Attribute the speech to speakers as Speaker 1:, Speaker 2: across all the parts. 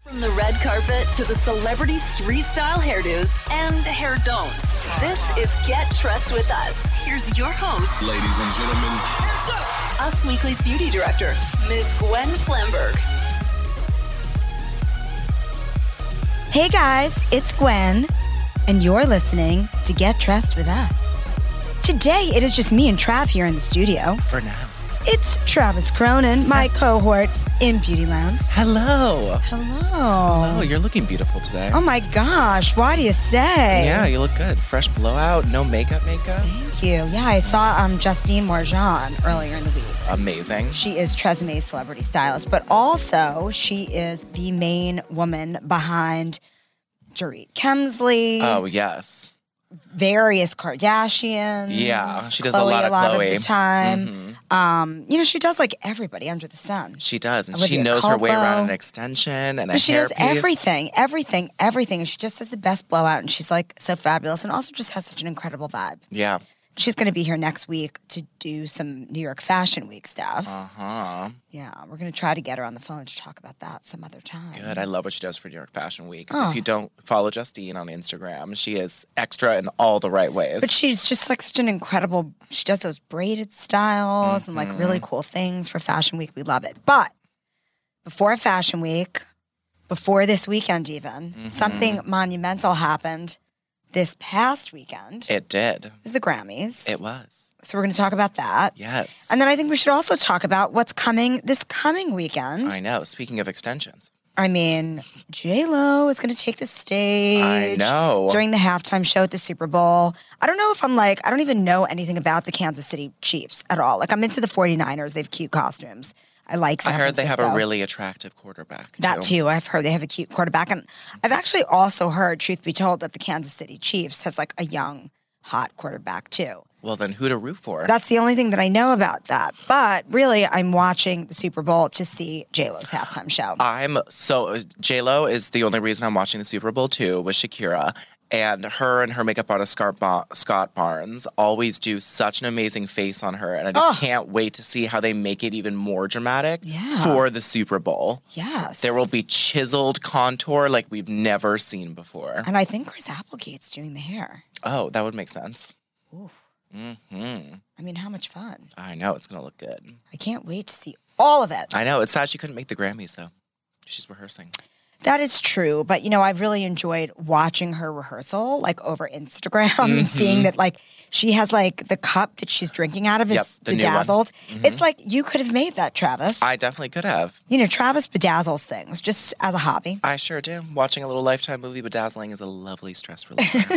Speaker 1: From the red carpet to the celebrity street style hairdos and hair don'ts. This is Get Trust with Us. Here's your host,
Speaker 2: Ladies and gentlemen,
Speaker 1: Us Weekly's beauty director, Ms. Gwen Flamberg.
Speaker 3: Hey guys, it's Gwen, and you're listening to Get Dressed with Us. Today, it is just me and Trav here in the studio.
Speaker 4: for now.
Speaker 3: It's Travis Cronin, my cohort in Beauty Lounge.
Speaker 4: Hello. Oh,
Speaker 3: Hello.
Speaker 4: you're looking beautiful today.
Speaker 3: Oh my gosh, why do you say?
Speaker 4: Yeah, you look good. Fresh blowout, no makeup, makeup.
Speaker 3: Thank you. Yeah, I saw um, Justine Morjan earlier in the week.
Speaker 4: Amazing.
Speaker 3: She is Treseme's celebrity stylist, but also she is the main woman behind Dorit Kemsley.
Speaker 4: Oh, yes.
Speaker 3: various Kardashians.
Speaker 4: Yeah, she does a
Speaker 3: Khloe
Speaker 4: lot of
Speaker 3: a lot
Speaker 4: Khloe. Mm-hmm.
Speaker 3: of the time. Um, you know, she does like everybody under the sun.
Speaker 4: She does. And she
Speaker 3: Olivia
Speaker 4: knows her way
Speaker 3: Culpo.
Speaker 4: around an extension and a
Speaker 3: she
Speaker 4: hair
Speaker 3: knows
Speaker 4: piece.
Speaker 3: everything, everything, everything. And she just has the best blowout, and she's like so fabulous, and also just has such an incredible vibe.
Speaker 4: Yeah.
Speaker 3: She's going to be here next week to do some New York Fashion Week stuff.
Speaker 4: Uh-huh.
Speaker 3: Yeah, we're going to try to get her on the phone to talk about that some other time.
Speaker 4: Good. I love what she does for New York Fashion Week. 'Cause
Speaker 3: Oh.
Speaker 4: If you don't follow Justine on Instagram, she is extra in all the right ways.
Speaker 3: But she's just like such an incredible. She does those braided styles and like
Speaker 4: Mm-hmm.
Speaker 3: really cool things for Fashion Week. We love it. But before Fashion Week, before this weekend, even
Speaker 4: Mm-hmm.
Speaker 3: something monumental happened this past weekend. It
Speaker 4: it did.
Speaker 3: was the Grammys.
Speaker 4: It was.
Speaker 3: so we're going to talk about that.
Speaker 4: Yes.
Speaker 3: And then I think we should also talk about what's coming this coming weekend.
Speaker 4: I know. Speaking of extensions.
Speaker 3: I mean, J Lo is going to take the stage.
Speaker 4: I know.
Speaker 3: During the halftime show at the Super Bowl. I don't know if I'm like, I don't even know anything about the Kansas City Chiefs at all. Like, I'm into the 49ers. They have cute costumes. I like
Speaker 4: I
Speaker 3: San
Speaker 4: heard they have a
Speaker 3: Francisco.
Speaker 4: really attractive quarterback.
Speaker 3: That too. I've heard they have a cute quarterback. And I've actually also heard, truth be told, that the Kansas City Chiefs has like a young, hot quarterback too.
Speaker 4: Well, then who to root for?
Speaker 3: That's the only thing that I know about that. But really, I'm watching the Super Bowl to see JLo's halftime show.
Speaker 4: I'm so J Lo is the only reason I'm watching the Super Bowl too with Shakira. And her and her makeup artist Scott, ba- Scott Barnes always do such an amazing face on her, and I just can't wait to see how they make it even more dramatic
Speaker 3: Yeah.
Speaker 4: for the Super Bowl.
Speaker 3: yes.
Speaker 4: There will be chiseled contour like we've never seen before.
Speaker 3: And I think Chris Applegate's doing the hair.
Speaker 4: Oh, that would make sense.
Speaker 3: Ooh.
Speaker 4: hmm
Speaker 3: I mean, how much fun.
Speaker 4: I know it's gonna look good.
Speaker 3: I can't wait to see all of it.
Speaker 4: I know it's sad she couldn't make the Grammys though. She's rehearsing.
Speaker 3: That is true. But, you know, I've really enjoyed watching her rehearsal, like over Instagram, and
Speaker 4: Mm-hmm.
Speaker 3: seeing that, like, she has, like, the cup that she's drinking out of is
Speaker 4: Yep, the new one. Mm-hmm.
Speaker 3: bedazzled. It's like, you could have made that, Travis.
Speaker 4: I definitely could have.
Speaker 3: you know, Travis bedazzles things just as a hobby.
Speaker 4: I sure do. Watching a little Lifetime movie bedazzling is a lovely stress reliever.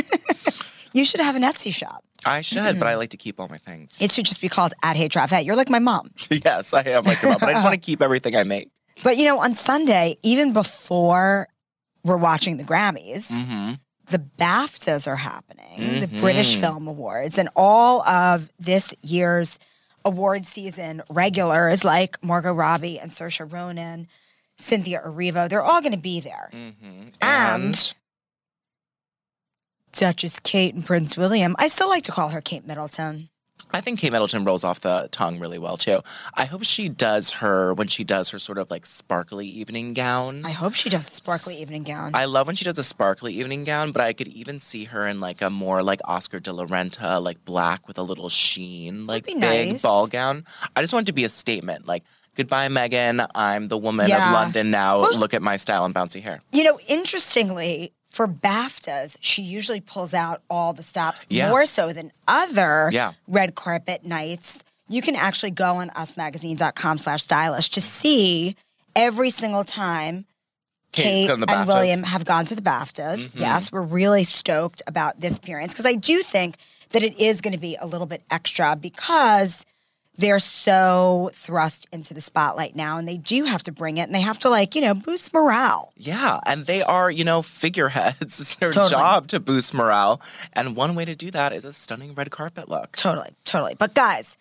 Speaker 3: You should have an Etsy shop.
Speaker 4: I should, but I like to keep all my things.
Speaker 3: It should just be called at Hey Trav Hey. You're like my mom.
Speaker 4: yes, I am like a mom, but I just want to keep everything I make.
Speaker 3: But, you know, on Sunday, even before we're watching the Grammys,
Speaker 4: Mm-hmm.
Speaker 3: the BAFTAs are happening, the British Film Awards, and all of this year's award season regulars like Margot Robbie and Saoirse Ronan, Cynthia Erivo, they're all going to be there.
Speaker 4: Mm-hmm.
Speaker 3: And- Duchess Kate and Prince William. I still like to call her Kate Middleton.
Speaker 4: I think Kate Middleton rolls off the tongue really well too. I hope she does her when she does her sort of like sparkly evening gown.
Speaker 3: I
Speaker 4: I,
Speaker 3: hope she does a sparkly evening gown.
Speaker 4: love when she does a sparkly evening gown, but I could even see her in like a more like Oscar de la Renta, like black with a little sheen, like
Speaker 3: be
Speaker 4: big
Speaker 3: nice.
Speaker 4: ball gown. I just want it to be a statement, like. Goodbye, Megan. I'm the woman
Speaker 3: Yeah.
Speaker 4: of London now.
Speaker 3: Well-
Speaker 4: Look at my style and bouncy hair.
Speaker 3: You know, interestingly, for BAFTAs, she usually pulls out all the stops
Speaker 4: Yeah.
Speaker 3: more so than other
Speaker 4: Yeah.
Speaker 3: red carpet nights. You can actually go on usmagazine.com slash stylist to see every single time
Speaker 4: Kate's
Speaker 3: Kate
Speaker 4: gone to the
Speaker 3: and
Speaker 4: BAFTAs. Mm-hmm.
Speaker 3: William have gone to the BAFTAs. Yes, we're really stoked about this appearance because I do think that it is going to be a little bit extra because they're so thrust into the spotlight now and they do have to bring it and they have to like, you know, boost morale.
Speaker 4: Yeah, and they are, you know, figureheads. It's their
Speaker 3: Totally.
Speaker 4: job to boost morale. And one way to do that is a stunning red carpet look.
Speaker 3: Totally, totally. But guys,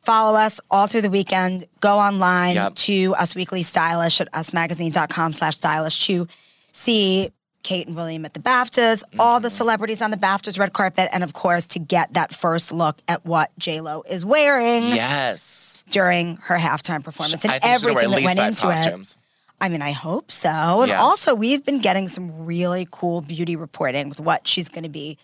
Speaker 3: follow us all through the weekend. Go online
Speaker 4: Yep.
Speaker 3: to Us Weekly Stylish at usmagazine.com slash stylish to see Kate and William at the BAFTAs, all
Speaker 4: Mm-hmm.
Speaker 3: the celebrities on the BAFTAs red carpet, and of course to get that first look at what Lo is wearing
Speaker 4: Yes.
Speaker 3: during her halftime performance and
Speaker 4: I think she's gonna wear
Speaker 3: everything
Speaker 4: at
Speaker 3: that
Speaker 4: least
Speaker 3: went
Speaker 4: five
Speaker 3: into it.
Speaker 4: costumes.
Speaker 3: I mean, I hope so. And
Speaker 4: Yeah.
Speaker 3: also, we've been getting some really cool beauty reporting with what she's going to be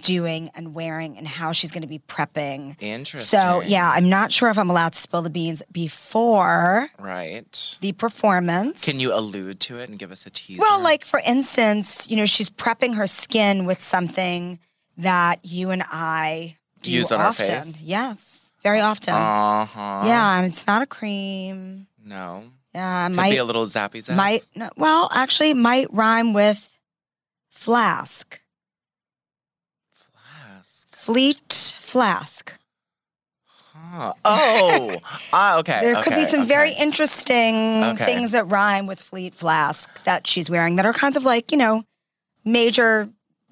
Speaker 3: doing and wearing and how she's going to be prepping.
Speaker 4: Interesting.
Speaker 3: So, yeah, I'm not sure if I'm allowed to spill the beans before
Speaker 4: Right.
Speaker 3: the performance.
Speaker 4: Can you allude to it and give us a teaser?
Speaker 3: Well, like for instance, you know, she's prepping her skin with something that you and I do
Speaker 4: Use on our
Speaker 3: often.
Speaker 4: face?
Speaker 3: Yes, very often.
Speaker 4: Uh huh.
Speaker 3: yeah, and it's not a cream.
Speaker 4: No.
Speaker 3: Yeah,
Speaker 4: Could be
Speaker 3: might
Speaker 4: a little zappy zap.
Speaker 3: might no, well actually might rhyme with flask,
Speaker 4: Flask.
Speaker 3: fleet flask.
Speaker 4: Huh. Oh. ah. Okay.
Speaker 3: There could be
Speaker 4: okay,
Speaker 3: some very
Speaker 4: okay.
Speaker 3: interesting
Speaker 4: Okay.
Speaker 3: things that rhyme with fleet flask that she's wearing that are kinds of like, you know, major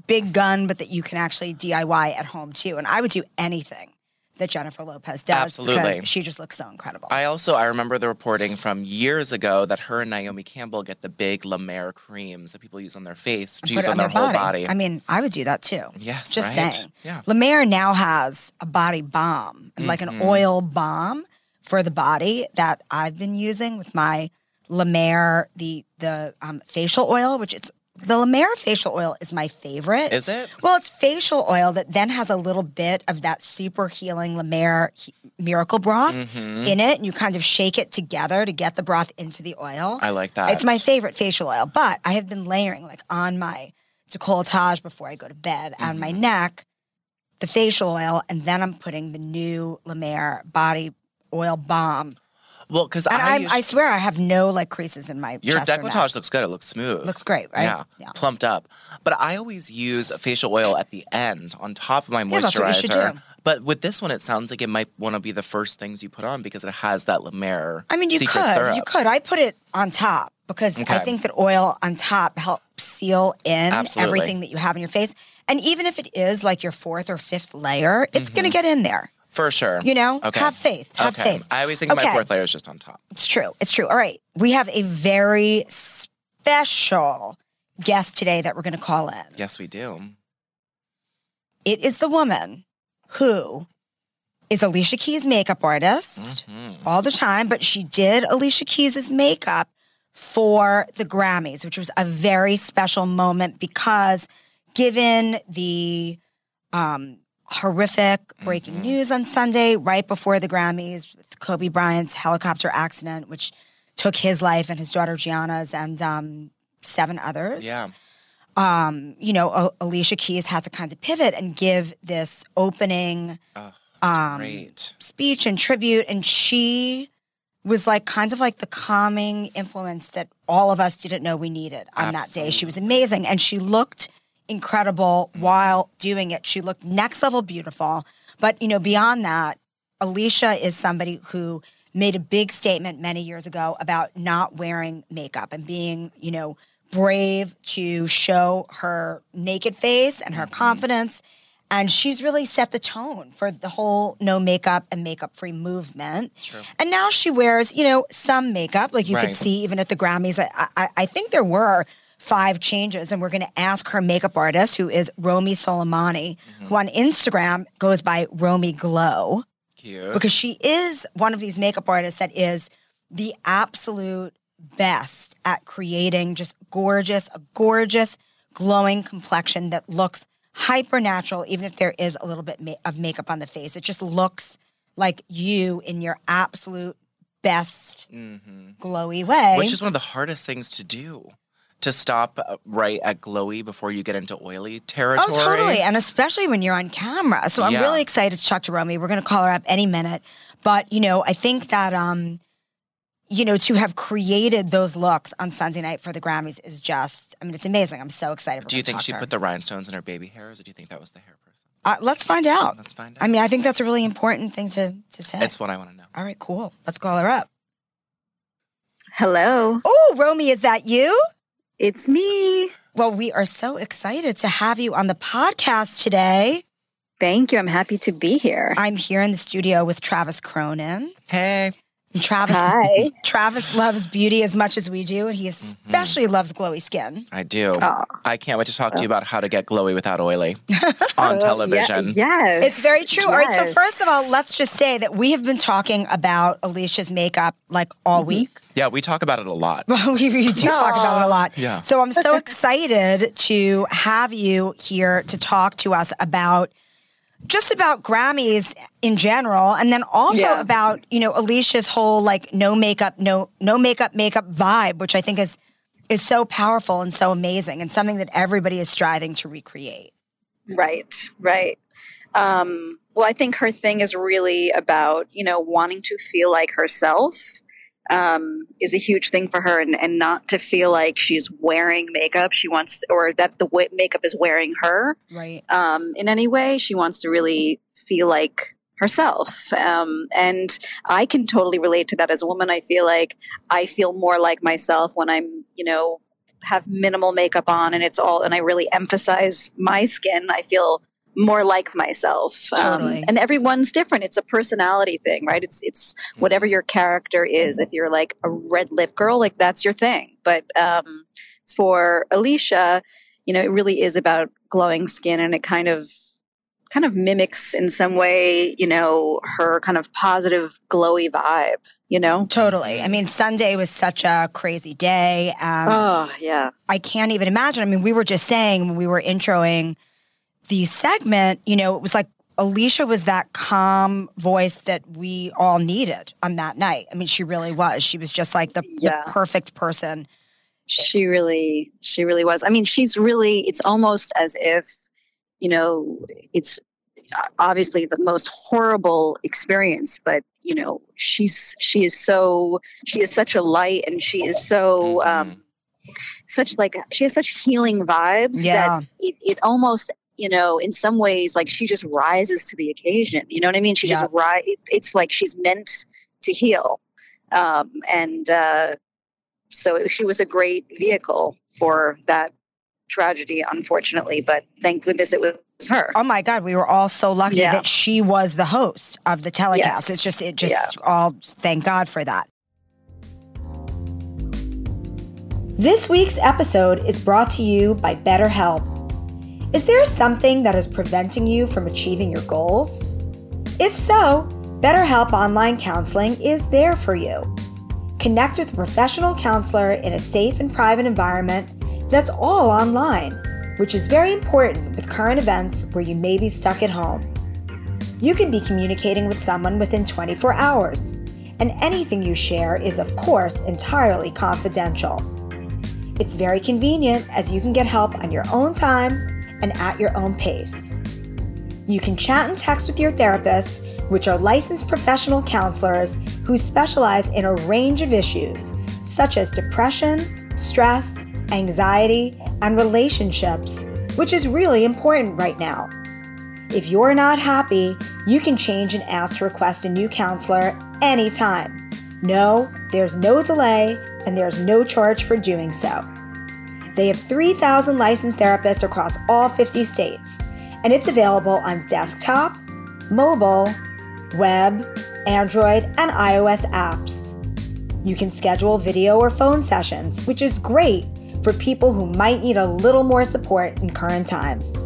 Speaker 3: big gun, but that you can actually DIY at home too. And I would do anything that Jennifer Lopez does
Speaker 4: Absolutely.
Speaker 3: because she just looks so incredible.
Speaker 4: I also I remember the reporting from years ago that her and Naomi Campbell get the big La Mer creams that people use on their face to
Speaker 3: Put
Speaker 4: use
Speaker 3: it
Speaker 4: on, their, whole body.
Speaker 3: I mean, I would do that too.
Speaker 4: Yes,
Speaker 3: Just
Speaker 4: right?
Speaker 3: saying.
Speaker 4: Yeah. Mm-hmm.
Speaker 3: La Mer now has a body bomb, like an oil bomb for the body that I've been using with my La Mer, the the um, facial oil, which it's the La Mer facial oil is my favorite.
Speaker 4: Is it?
Speaker 3: Well, it's facial oil that then has a little bit of that super healing La Mer he- miracle broth
Speaker 4: Mm-hmm.
Speaker 3: in it, and you kind of shake it together to get the broth into the oil.
Speaker 4: I like that.
Speaker 3: It's my favorite facial oil, but I have been layering like on my decolletage before I go to bed on my
Speaker 4: Mm-hmm.
Speaker 3: neck the facial oil, and then I'm putting the new La Mer body oil balm.
Speaker 4: Well, because
Speaker 3: And
Speaker 4: I,
Speaker 3: I,
Speaker 4: used-
Speaker 3: I swear I have no like creases in my
Speaker 4: your
Speaker 3: chest or neck.
Speaker 4: decolletage looks good. It looks smooth.
Speaker 3: Looks great, right?
Speaker 4: Yeah,
Speaker 3: Yeah.
Speaker 4: plumped up. But I always use facial oil at the end on top of my moisturizer.
Speaker 3: Yeah, that's what you should do.
Speaker 4: But with this one, it sounds like it might want to be the first things you put on because it has that La Mer.
Speaker 3: I mean, you
Speaker 4: secret
Speaker 3: could,
Speaker 4: syrup.
Speaker 3: you could. I put it on top because I
Speaker 4: Okay.
Speaker 3: think that oil on top helps seal in
Speaker 4: Absolutely.
Speaker 3: everything that you have in your face. And even if it is like your fourth or fifth layer, it's going
Speaker 4: Mm-hmm.
Speaker 3: to get in there.
Speaker 4: for sure.
Speaker 3: You know,
Speaker 4: Okay.
Speaker 3: have faith. Have
Speaker 4: okay.
Speaker 3: faith.
Speaker 4: I always think my
Speaker 3: Okay.
Speaker 4: fourth layer is just on top.
Speaker 3: It's true. It's true. All right. We have a very special guest today that we're going to call in.
Speaker 4: Yes, we do.
Speaker 3: It is the woman who is Alicia Keys' makeup artist all the time, but she did Alicia Keys' makeup for the Grammys, which was a very special moment because given the um, horrific breaking news on Sunday, right before the Grammys, with Kobe Bryant's helicopter accident, which took his life and his daughter Gianna's and um, seven others
Speaker 4: Yeah.
Speaker 3: you know, A- Alicia Keys had to kind of pivot and give this opening
Speaker 4: Oh,
Speaker 3: Um,
Speaker 4: great.
Speaker 3: speech and tribute. And she was like kind of like the calming influence that all of us didn't know we needed on that day. She was amazing. And she looked incredible while doing it. She looked next level beautiful. But, you know, beyond that, Alicia is somebody who made a big statement many years ago about not wearing makeup and being, you know, brave to show her naked face and her confidence. And she's really set the tone for the whole no makeup and makeup free movement. And now she wears, you know, some makeup, like you could
Speaker 4: Right.
Speaker 3: see even at the Grammys. I, I, I think there were five changes, and we're going to ask her makeup artist, who is Romy Soleimani, who on Instagram goes by Romy Glow
Speaker 4: Cute.
Speaker 3: because she is one of these makeup artists that is the absolute best at creating just gorgeous, a gorgeous, glowing complexion that looks hyper natural, even if there is a little bit ma- of makeup on the face. It just looks like you in your absolute best glowy way.
Speaker 4: Mm-hmm. Which is one of the hardest things to do. To stop uh, right at glowy before you get into oily territory.
Speaker 3: Oh, totally. And especially when you're on camera. So I'm
Speaker 4: Yeah.
Speaker 3: really excited to talk to Romy. We're going to call her up any minute. But, you know, I think that, um, you know, to have created those looks on Sunday night for the Grammys is just, I mean, it's amazing. I'm so excited.
Speaker 4: Do you think she put the rhinestones in her baby hairs, or do you think that was the hair person?
Speaker 3: Uh, let's find out.
Speaker 4: Let's find out.
Speaker 3: I mean, I think that's a really important thing to, to say.
Speaker 4: It's what I want to know.
Speaker 3: All right, cool. Let's call her up.
Speaker 2: Hello,
Speaker 3: Oh, Romy, is that you?
Speaker 2: it's me.
Speaker 3: Well, we are so excited to have you on the podcast today.
Speaker 2: Thank you. I'm happy to be here.
Speaker 3: I'm here in the studio with Travis Cronin.
Speaker 4: Hey,
Speaker 3: And Travis
Speaker 2: Hi.
Speaker 3: Travis loves beauty as much as we do, and he especially loves glowy skin.
Speaker 4: I do.
Speaker 2: Oh.
Speaker 4: I can't wait to talk to you about how to get glowy without oily on television.
Speaker 2: Yeah, yes.
Speaker 3: It's very true. All right, so
Speaker 2: Yes.
Speaker 3: first of all, let's just say that we have been talking about Alicia's makeup like all week.
Speaker 4: Yeah, we talk about it a lot.
Speaker 3: we, we do talk about it a lot.
Speaker 4: Yeah.
Speaker 3: So I'm so excited to have you here to talk to us about just about Grammys in general, and then also
Speaker 2: Yeah.
Speaker 3: about you know Alicia's whole like no makeup, no no makeup makeup vibe, which I think is is so powerful and so amazing, and something that everybody is striving to recreate.
Speaker 2: Right, right. Um, well, I think her thing is really about, you know, wanting to feel like herself um, is a huge thing for her and, and not to feel like she's wearing makeup. She wants, or that the wa- makeup is wearing her
Speaker 3: Right.
Speaker 2: um, in any way. She wants to really feel like herself. Um, and I can totally relate to that as a woman. I feel like I feel more like myself when I'm, you know, have minimal makeup on and it's all, and I really emphasize my skin. I feel more like myself. Um,
Speaker 3: Totally.
Speaker 2: and everyone's different. It's a personality thing, right? It's, it's whatever your character is. If you're like a red lip girl, like that's your thing. But, um, for Alicia, you know, it really is about glowing skin and it kind of kind of mimics in some way, you know, her kind of positive glowy vibe, you know?
Speaker 3: Totally. I mean, Sunday was such a crazy day. Um,
Speaker 2: Oh, yeah.
Speaker 3: I can't even imagine. I mean, we were just saying when we were introing the segment, you know, it was like Alicia was that calm voice that we all needed on that night. I mean, she really was. She was just like the,
Speaker 2: Yeah.
Speaker 3: the perfect person.
Speaker 2: She really she really was. I mean, she's really it's almost as if, you know, it's uh, obviously the most horrible experience, but you know, she's she is so she is such a light and she is so
Speaker 3: Mm-hmm.
Speaker 2: um such like she has such healing vibes that
Speaker 3: Yeah.
Speaker 2: it, it almost you know in some ways like she just rises to the occasion you know what i mean she
Speaker 3: Yeah.
Speaker 2: just ri- it, it's like she's meant to heal um, and uh, so she was a great vehicle for that tragedy unfortunately but thank goodness it was her
Speaker 3: Oh my God, we were all so lucky
Speaker 2: Yeah.
Speaker 3: that she was the host of the telecast.
Speaker 2: Yes.
Speaker 3: It's just, it just
Speaker 2: Yeah.
Speaker 3: all thank God for that. This week's episode is brought to you by BetterHelp. Is there something that is preventing you from achieving your goals? If so, BetterHelp Online Counseling is there for you. Connect with a professional counselor in a safe and private environment that's all online, which is very important with current events where you may be stuck at home. You can be communicating with someone within 24 hours, and anything you share is, of course, entirely confidential. It's very convenient as you can get help on your own time and at your own pace. You can chat and text with your therapist, which are licensed professional counselors who specialize in a range of issues such as depression, stress, anxiety, and relationships, which is really important right now. If you're not happy, you can change and ask to request a new counselor anytime. No, there's no delay and there's no charge for doing so. They have 3,000 licensed therapists across all 50 states, and it's available on desktop, mobile, web, Android, and iOS apps. You can schedule video or phone sessions, which is great for people who might need a little more support in current times.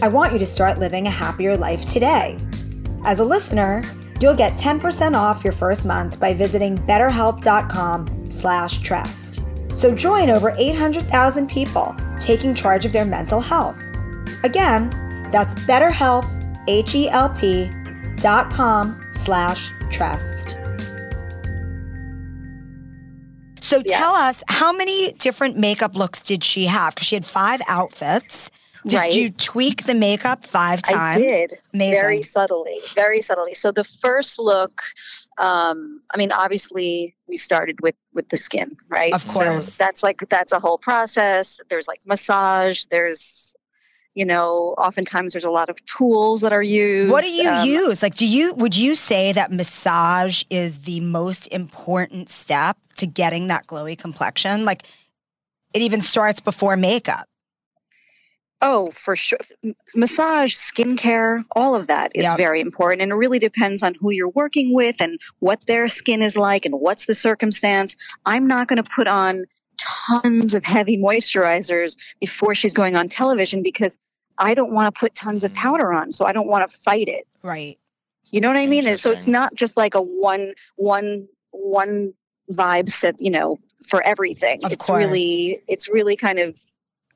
Speaker 3: I want you to start living a happier life today. As a listener, you'll get 10% off your first month by visiting betterhelp.com slash trust. So join over 800,000 people taking charge of their mental health. Again, that's betterhelp, H-E-L-P dot com slash trust. So
Speaker 2: Yeah.
Speaker 3: tell us, how many different makeup looks did she have? Because she had five outfits. Did
Speaker 2: Right.
Speaker 3: you tweak the makeup five times?
Speaker 2: I did.
Speaker 3: Amazing.
Speaker 2: Very subtly. Very subtly. So the first look, um, I mean, obviously we started with with the skin, right?
Speaker 3: Of course.
Speaker 2: So that's like that's a whole process. There's like massage, there's you know, oftentimes there's a lot of tools that are used.
Speaker 3: What do you
Speaker 2: Um,
Speaker 3: use? Like, do you would you say that massage is the most important step to getting that glowy complexion? Like, it even starts before makeup.
Speaker 2: Oh, for sure. M- Massage, skincare, all of that is
Speaker 3: Yep.
Speaker 2: very important. And it really depends on who you're working with and what their skin is like and what's the circumstance. I'm not going to put on tons of heavy moisturizers before she's going on television because I don't want to put tons of powder on. So I don't want to fight it.
Speaker 3: Right.
Speaker 2: You know what I mean? And so it's
Speaker 4: Interesting.
Speaker 2: not just like a one, one, one vibe set, you know, for everything.
Speaker 3: Of
Speaker 2: it's
Speaker 3: course.
Speaker 2: really, it's really kind of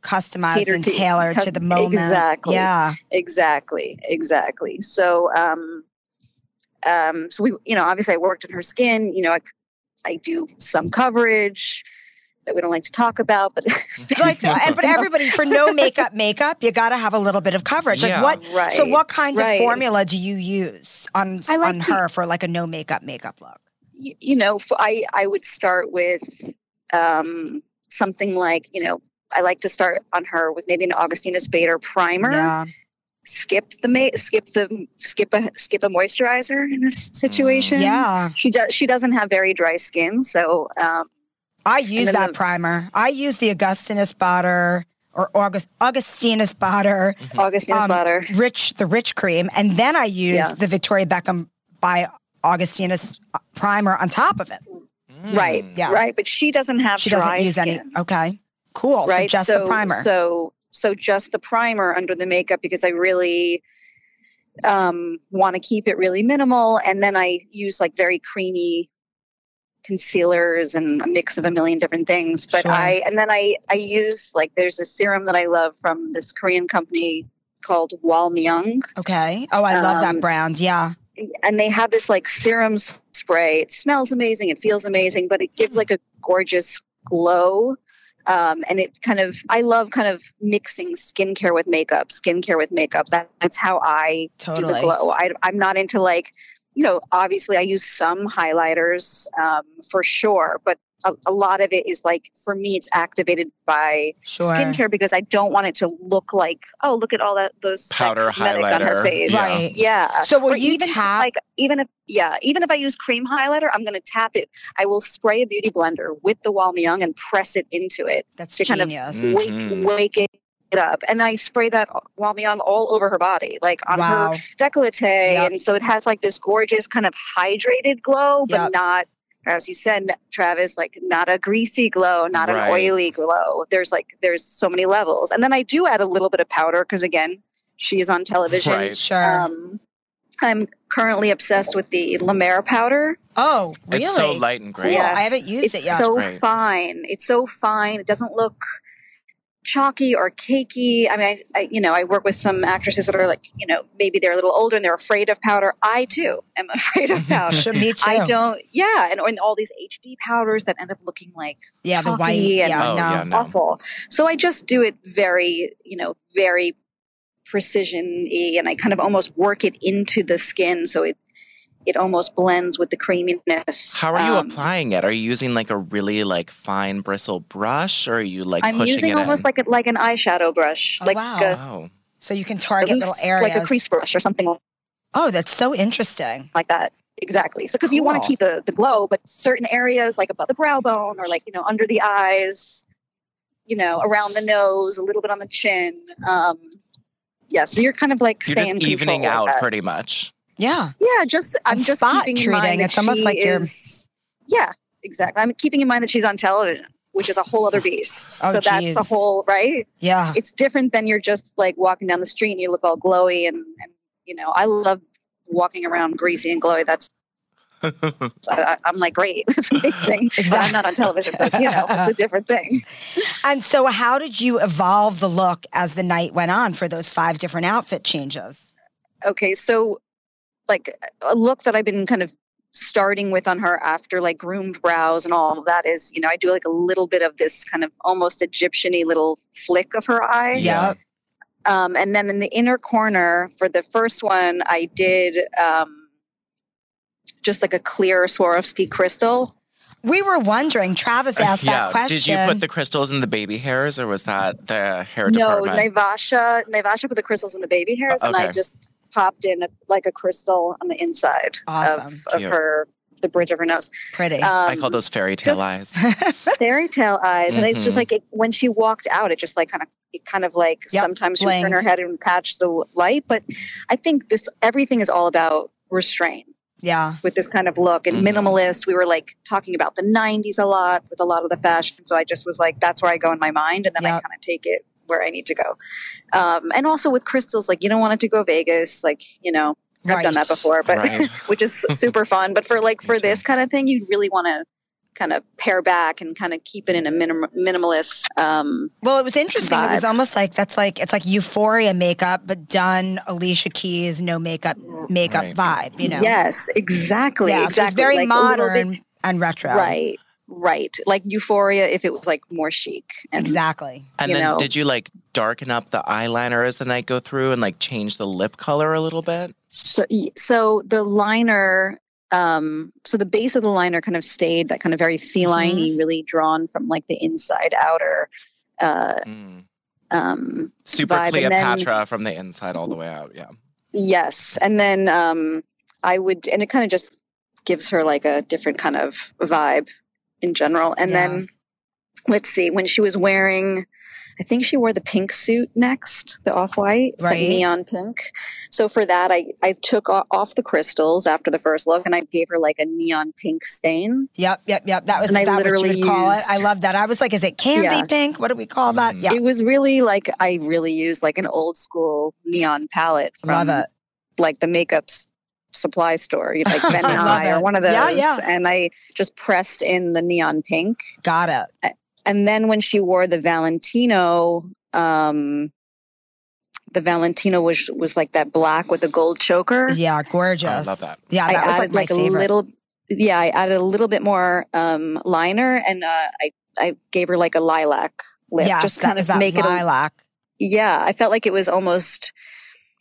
Speaker 3: Customized
Speaker 2: Catered
Speaker 3: and
Speaker 2: to-
Speaker 3: tailored to
Speaker 2: cus-
Speaker 3: the moment.
Speaker 2: exactly.
Speaker 3: Yeah.
Speaker 2: Exactly, exactly. So, um, um, so we, you know, obviously I worked on her skin. You know, I, I do some coverage that we don't like to talk about, but
Speaker 3: Like, and, but everybody for no makeup, makeup, you got to have a little bit of coverage.
Speaker 4: Yeah.
Speaker 3: Like what?
Speaker 2: right.
Speaker 3: So what kind
Speaker 2: right.
Speaker 3: of formula do you use on
Speaker 2: I like
Speaker 3: on
Speaker 2: to-
Speaker 3: her for like a no makeup makeup look?
Speaker 2: Y- You know, f- I I would start with um, something like you know. I like to start on her with maybe an Augustinus Bader primer.
Speaker 3: Yeah.
Speaker 2: Skip the ma- skip the skip a skip a moisturizer in this situation.
Speaker 3: Mm, Yeah.
Speaker 2: she does. She doesn't have very dry skin, so um,
Speaker 3: I use
Speaker 2: then
Speaker 3: that
Speaker 2: the-
Speaker 3: primer. I use the Augustinus Botter or August Augustinus Botter
Speaker 2: Augustinus
Speaker 3: Um,
Speaker 2: Bader.
Speaker 3: Rich the Rich cream, and then I use
Speaker 2: Yeah.
Speaker 3: the Victoria Beckham by Augustinus uh, primer on top of it.
Speaker 2: Right.
Speaker 4: Mm.
Speaker 3: hmm, Yeah.
Speaker 2: Right. But she doesn't have
Speaker 3: She
Speaker 2: dry
Speaker 3: doesn't use
Speaker 2: skin,
Speaker 3: any. Okay. Cool.
Speaker 2: right?
Speaker 3: So just the primer.
Speaker 2: So so just the primer under the makeup because I really um want to keep it really minimal. And then I use like very creamy concealers and a mix of a million different things. But
Speaker 3: Sure.
Speaker 2: I and then I I use like there's a serum that I love from this Korean company called Walmyung.
Speaker 3: okay. Oh, I love that
Speaker 2: Um,
Speaker 3: brand. Yeah.
Speaker 2: and they have this like serum spray. It smells amazing. It feels amazing, but it gives like a gorgeous glow. Um, and it kind of, I love kind of mixing skincare with makeup, skincare with makeup. That, that's how I do the
Speaker 3: Totally.
Speaker 2: glow. I, I'm not into like, you know, obviously I use some highlighters um, for sure, but a, a lot of it is like, for me, it's activated by
Speaker 3: Sure.
Speaker 2: skincare because I don't want it to look like, oh, look at all that, those that
Speaker 4: Powder
Speaker 2: cosmetic on her
Speaker 4: highlighter.
Speaker 2: face.
Speaker 4: Yeah.
Speaker 3: Right.
Speaker 2: Yeah.
Speaker 3: So will
Speaker 2: Or
Speaker 3: you
Speaker 2: even if,
Speaker 3: tap?
Speaker 2: like even if yeah, even if I use cream highlighter, I'm gonna tap it. I will spray a beauty blender with the Walmyung and press it into it
Speaker 3: that's
Speaker 2: to kind of
Speaker 3: genius.
Speaker 4: Mhm.
Speaker 2: wake wake it up. And I spray that Walmyung all over her body, like on her
Speaker 3: wow.
Speaker 2: décolleté,
Speaker 3: Yep.
Speaker 2: and so it has like this gorgeous kind of hydrated glow, but
Speaker 3: Yep.
Speaker 2: not. As you said, Travis, like not a greasy glow, not
Speaker 4: Right.
Speaker 2: an oily glow. There's like there's so many levels, and then I do add a little bit of powder because again, she is on television.
Speaker 4: Right.
Speaker 3: Sure.
Speaker 2: Um, I'm currently obsessed with the La Mer powder.
Speaker 3: oh, really?
Speaker 4: It's so light and gray.
Speaker 3: Cool. Yeah. I haven't used
Speaker 2: it's
Speaker 3: it yet.
Speaker 2: so
Speaker 4: Great.
Speaker 2: fine. It's so fine. It doesn't look chalky or cakey. I mean, I, I, you know, I work with some actresses that are like, you know, maybe they're a little older and they're afraid of powder. I too am afraid of powder.
Speaker 3: Sure, me too.
Speaker 2: I don't. Yeah, and, and all these HD powders that end up looking like
Speaker 3: Yeah, the
Speaker 2: chalky
Speaker 3: white.
Speaker 2: and-
Speaker 3: Yeah,
Speaker 4: Oh,
Speaker 3: no.
Speaker 4: yeah, no.
Speaker 2: awful. So I just do it very, you know, very precision y and I kind of almost work it into the skin so it it almost blends with the creaminess.
Speaker 4: How are you
Speaker 2: Um,
Speaker 4: applying it? Are you using like a really like fine bristle brush, or are you like
Speaker 2: I'm
Speaker 4: pushing
Speaker 2: using
Speaker 4: it
Speaker 2: almost
Speaker 4: in?
Speaker 2: like a, like an eyeshadow brush,
Speaker 3: Oh,
Speaker 2: like
Speaker 3: wow.
Speaker 2: a,
Speaker 4: Oh,
Speaker 3: So you can
Speaker 2: a
Speaker 3: target little
Speaker 2: loose-
Speaker 3: areas.
Speaker 2: like a crease brush or something
Speaker 3: Oh, that's so interesting.
Speaker 2: like that. Exactly. So because you want
Speaker 3: Cool.
Speaker 2: to keep the, the glow, but certain areas like above the brow bone or like you know under the eyes, you know around the nose, a little bit on the chin. Um, yeah. So you're kind of like
Speaker 4: you're
Speaker 2: staying
Speaker 4: just
Speaker 2: in
Speaker 4: evening
Speaker 2: control of
Speaker 4: out
Speaker 2: that.
Speaker 4: pretty much.
Speaker 3: Yeah.
Speaker 2: Yeah, just I'm
Speaker 3: And
Speaker 2: just
Speaker 3: spot
Speaker 2: keeping
Speaker 3: treating.
Speaker 2: in mind that
Speaker 3: It's almost
Speaker 2: she
Speaker 3: like you're-
Speaker 2: is. Yeah, exactly. I'm keeping in mind that she's on television, which is a whole other beast.
Speaker 3: Oh,
Speaker 2: so that's a
Speaker 3: geez.
Speaker 2: whole right.
Speaker 3: Yeah.
Speaker 2: It's different than you're just like walking down the street and you look all glowy and, and you know I love walking around greasy and glowy. That's I, I- I'm like great, that's amazing. But I'm not on television, so you know it's a different thing.
Speaker 3: And so, how did you evolve the look as the night went on for those five different outfit changes?
Speaker 2: okay so like a look that i've been kind of starting with on her after like groomed brows and all of that is you know i do like a little bit of this kind of almost egyptian-y little flick of her eye
Speaker 4: Yeah.
Speaker 3: Yep.
Speaker 2: um, and then in the inner corner for the first one i did um, just like a clear swarovski crystal
Speaker 3: We were wondering. Travis asked
Speaker 4: Uh, yeah.
Speaker 3: that question.
Speaker 4: Did you put the crystals in the baby hairs, or was that the hair
Speaker 2: no
Speaker 4: department?
Speaker 2: nivasha nivasha put the crystals in the baby hairs and i
Speaker 4: okay.
Speaker 2: just popped in a, like a crystal on the inside
Speaker 3: Awesome.
Speaker 2: of, of
Speaker 4: Cute.
Speaker 2: her the bridge of her nose
Speaker 3: pretty?
Speaker 2: um,
Speaker 4: I call those fairy tale
Speaker 2: just-
Speaker 4: eyes.
Speaker 2: fairy tale eyes, and it's
Speaker 4: Mhm.
Speaker 2: just like it, when she walked out, it just like kind of it kind of like
Speaker 3: Yep,
Speaker 2: sometimes she turn
Speaker 3: blanked.
Speaker 2: her head and catch the light. But I think this everything is all about restraint
Speaker 3: Yeah.
Speaker 2: with this kind of look and
Speaker 4: Mhm.
Speaker 2: minimalist. We were like talking about the '90s a lot with a lot of the fashion. So I just was like, that's where I go in my mind, and then I
Speaker 3: Yep.
Speaker 2: kind of take it where I need to go. Um, and also with crystals, like you don't want it to go Vegas, like you know. I've done that
Speaker 3: Right.
Speaker 2: before, but
Speaker 4: Right.
Speaker 2: which is super fun. But for like for
Speaker 4: Me too.
Speaker 2: this kind of thing, you really want to kind of pare back and kind of keep it in a minim- minimalist. Um,
Speaker 3: Well, it was interesting. It was
Speaker 2: Vibe.
Speaker 3: almost like that's like it's like euphoria makeup, but done Alicia Keys, no makeup makeup vibe. You know.
Speaker 2: Yes, exactly.
Speaker 3: Yeah.
Speaker 2: exactly.
Speaker 3: So it's very
Speaker 2: Like, a little bit-
Speaker 3: modern and retro.
Speaker 2: right. Right. Like Euphoria, if it was like more chic. And
Speaker 3: Exactly.
Speaker 4: And
Speaker 2: you
Speaker 4: then
Speaker 2: know.
Speaker 4: did you like darken up the eyeliner as the night go through and like change the lip color a little bit?
Speaker 2: So, y- so the liner, um, so the base of the liner kind of stayed that kind of
Speaker 3: Mm-hmm.
Speaker 2: very feline really drawn from like the inside outer. Uh,
Speaker 4: Mm.
Speaker 2: um,
Speaker 4: Super
Speaker 2: Vibe, and then-
Speaker 4: Cleopatra from the inside all the way out. Yeah.
Speaker 2: Yes. And then um, I would, and it kind of just gives her like a different kind of vibe in general. And
Speaker 3: Yeah.
Speaker 2: then let's see, when she was wearing, I think she wore the pink suit next, the off white,
Speaker 3: Right.
Speaker 2: neon pink. So for that, I, I took o- off the crystals after the first look and I gave her like a neon pink stain.
Speaker 3: Yep, yep, yep. That was
Speaker 2: And I
Speaker 3: is that what
Speaker 2: literally
Speaker 3: you would call it.
Speaker 2: used-
Speaker 3: I love that. I was like, is it candy
Speaker 2: Yeah.
Speaker 3: pink? What do we call that?
Speaker 4: Mhm.
Speaker 3: Yeah,
Speaker 2: It was really like, I really used like an old school neon palette
Speaker 3: love
Speaker 2: from
Speaker 3: it.
Speaker 2: like the makeup s- supply store, you like Ben and
Speaker 3: Love
Speaker 2: I or
Speaker 3: it.
Speaker 2: one of those.
Speaker 3: Yeah, yeah.
Speaker 2: And I just pressed in the neon pink.
Speaker 3: Got it.
Speaker 2: And then when she wore the Valentino, um, the Valentino was was like that black with a gold choker.
Speaker 3: Yeah, gorgeous.
Speaker 4: I love that.
Speaker 3: Yeah,
Speaker 2: I
Speaker 3: that was
Speaker 2: added
Speaker 3: like, my
Speaker 2: a
Speaker 3: favorite.
Speaker 2: little, yeah, I added a little bit more um, liner, and uh, I I gave her like a lilac lip,
Speaker 3: Yes,
Speaker 2: just
Speaker 3: that
Speaker 2: kind
Speaker 3: was
Speaker 2: of
Speaker 3: that
Speaker 2: make it a
Speaker 3: lilac.
Speaker 2: yeah i felt like it was almost